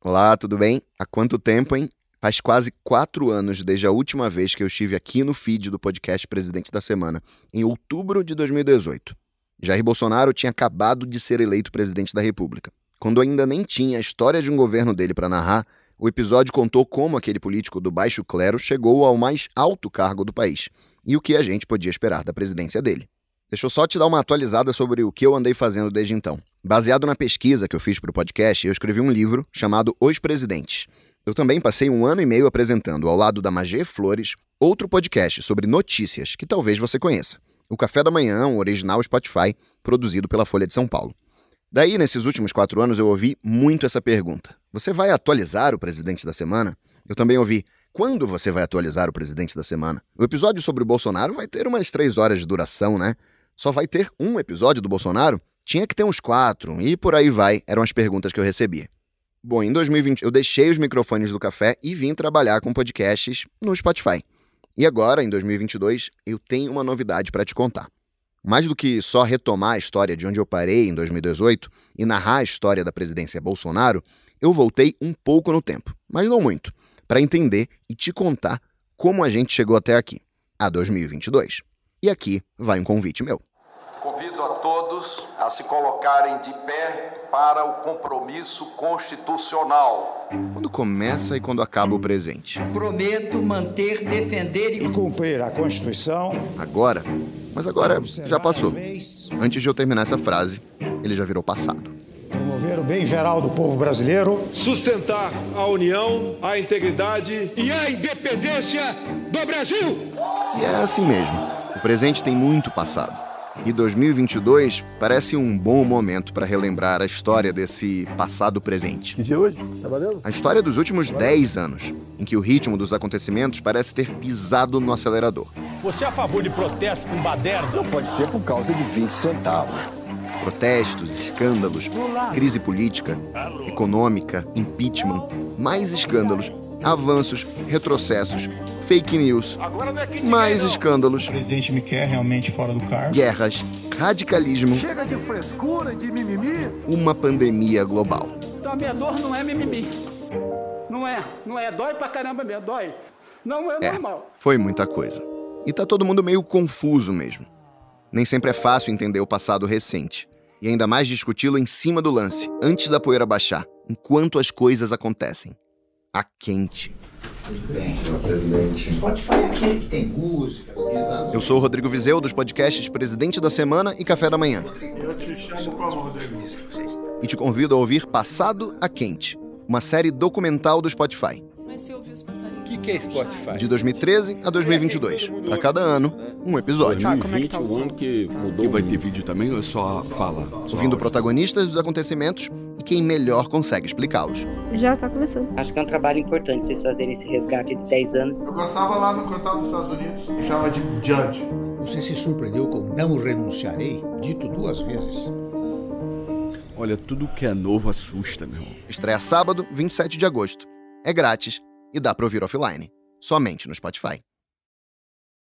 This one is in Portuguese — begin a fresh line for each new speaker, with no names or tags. Olá, tudo bem? Há quanto tempo, hein? Faz quase quatro anos desde a última vez que eu estive aqui no feed do podcast Presidente da Semana, em outubro de 2018. Jair Bolsonaro tinha acabado de ser eleito presidente da República. Quando ainda nem tinha a história de um governo dele para narrar, o episódio contou como aquele político do baixo clero chegou ao mais alto cargo do país e o que a gente podia esperar da presidência dele. Deixa eu só te dar uma atualizada sobre o que eu andei fazendo desde então. Baseado na pesquisa que eu fiz para o podcast, eu escrevi um livro chamado Os Presidentes. Eu também passei um ano e meio apresentando, ao lado da Magé Flores, outro podcast sobre notícias que talvez você conheça. O Café da Manhã, um original Spotify, produzido pela Folha de São Paulo. Daí, nesses últimos quatro anos, eu ouvi muito essa pergunta. Você vai atualizar o presidente da semana? Eu também ouvi, quando você vai atualizar o presidente da semana? O episódio sobre o Bolsonaro vai ter umas três horas de duração, né? Só vai ter um episódio do Bolsonaro? Tinha que ter uns quatro, e por aí vai, eram as perguntas que eu recebia. Bom, em 2020 eu deixei os microfones do café e vim trabalhar com podcasts no Spotify. E agora, em 2022, eu tenho uma novidade para te contar. Mais do que só retomar a história de onde eu parei em 2018 e narrar a história da presidência Bolsonaro, eu voltei um pouco no tempo, mas não muito, para entender e te contar como a gente chegou até aqui, a 2022. E aqui vai um convite meu.
Convido a todos a se colocarem de pé para o compromisso constitucional.
Quando começa e quando acaba o presente.
Prometo manter, defender
e cumprir a Constituição.
Agora, mas agora já passou. Antes de eu terminar essa frase, ele já virou passado.
Promover o bem geral do povo brasileiro.
Sustentar a união, a integridade e a independência do Brasil.
E é assim mesmo. O presente tem muito passado. E 2022 parece um bom momento para relembrar a história desse passado presente.
Que dia hoje? Tá valendo?
A história dos últimos 10 anos, em que o ritmo dos acontecimentos parece ter pisado no acelerador.
Você é a favor de protesto com baderna?
Não pode ser por causa de 20 centavos.
Protestos, escândalos, crise política, econômica, impeachment, mais escândalos, avanços, retrocessos, fake news, é mais quer, escândalos.
O presidente me quer realmente fora do cargo.
Guerras, radicalismo.
Chega de frescura e de mimimi.
Uma pandemia global.
Então, a minha dor não é mimimi. Não é, não é. Dói pra caramba mesmo, dói. Não é, é normal.
Foi muita coisa. E tá todo mundo meio confuso mesmo. Nem sempre é fácil entender o passado recente. E ainda mais discuti-lo em cima do lance, antes da poeira baixar, enquanto as coisas acontecem. A quente.
Presidente. Não, presidente. Spotify é aquele que tem músicas,
Eu sou o Rodrigo Vizeu, dos podcasts Presidente da Semana e Café da Manhã.
Eu te chamo como Rodrigo.
E te convido a ouvir Passado a Quente, uma série documental do Spotify.
Mas se ouvir os passarinhos...
O que, que é Spotify?
De 2013 a 2022. Para cada ano, um
2020,
episódio.
ah, como é que tá o som? ano que mudou.
Que vai ter vídeo também ou é só fala? Só
Ouvindo protagonistas dos acontecimentos e quem melhor consegue explicá-los.
Já tá começando.
Acho que é um trabalho importante vocês fazerem esse resgate de 10 anos.
Eu gostava lá no cantar dos Estados Unidos e chama de Judge.
Você se surpreendeu com não renunciarei, dito duas vezes.
Olha, tudo que é novo assusta, meu irmão.
Estreia sábado, 27 de agosto. É grátis e dá para ouvir offline, somente no Spotify.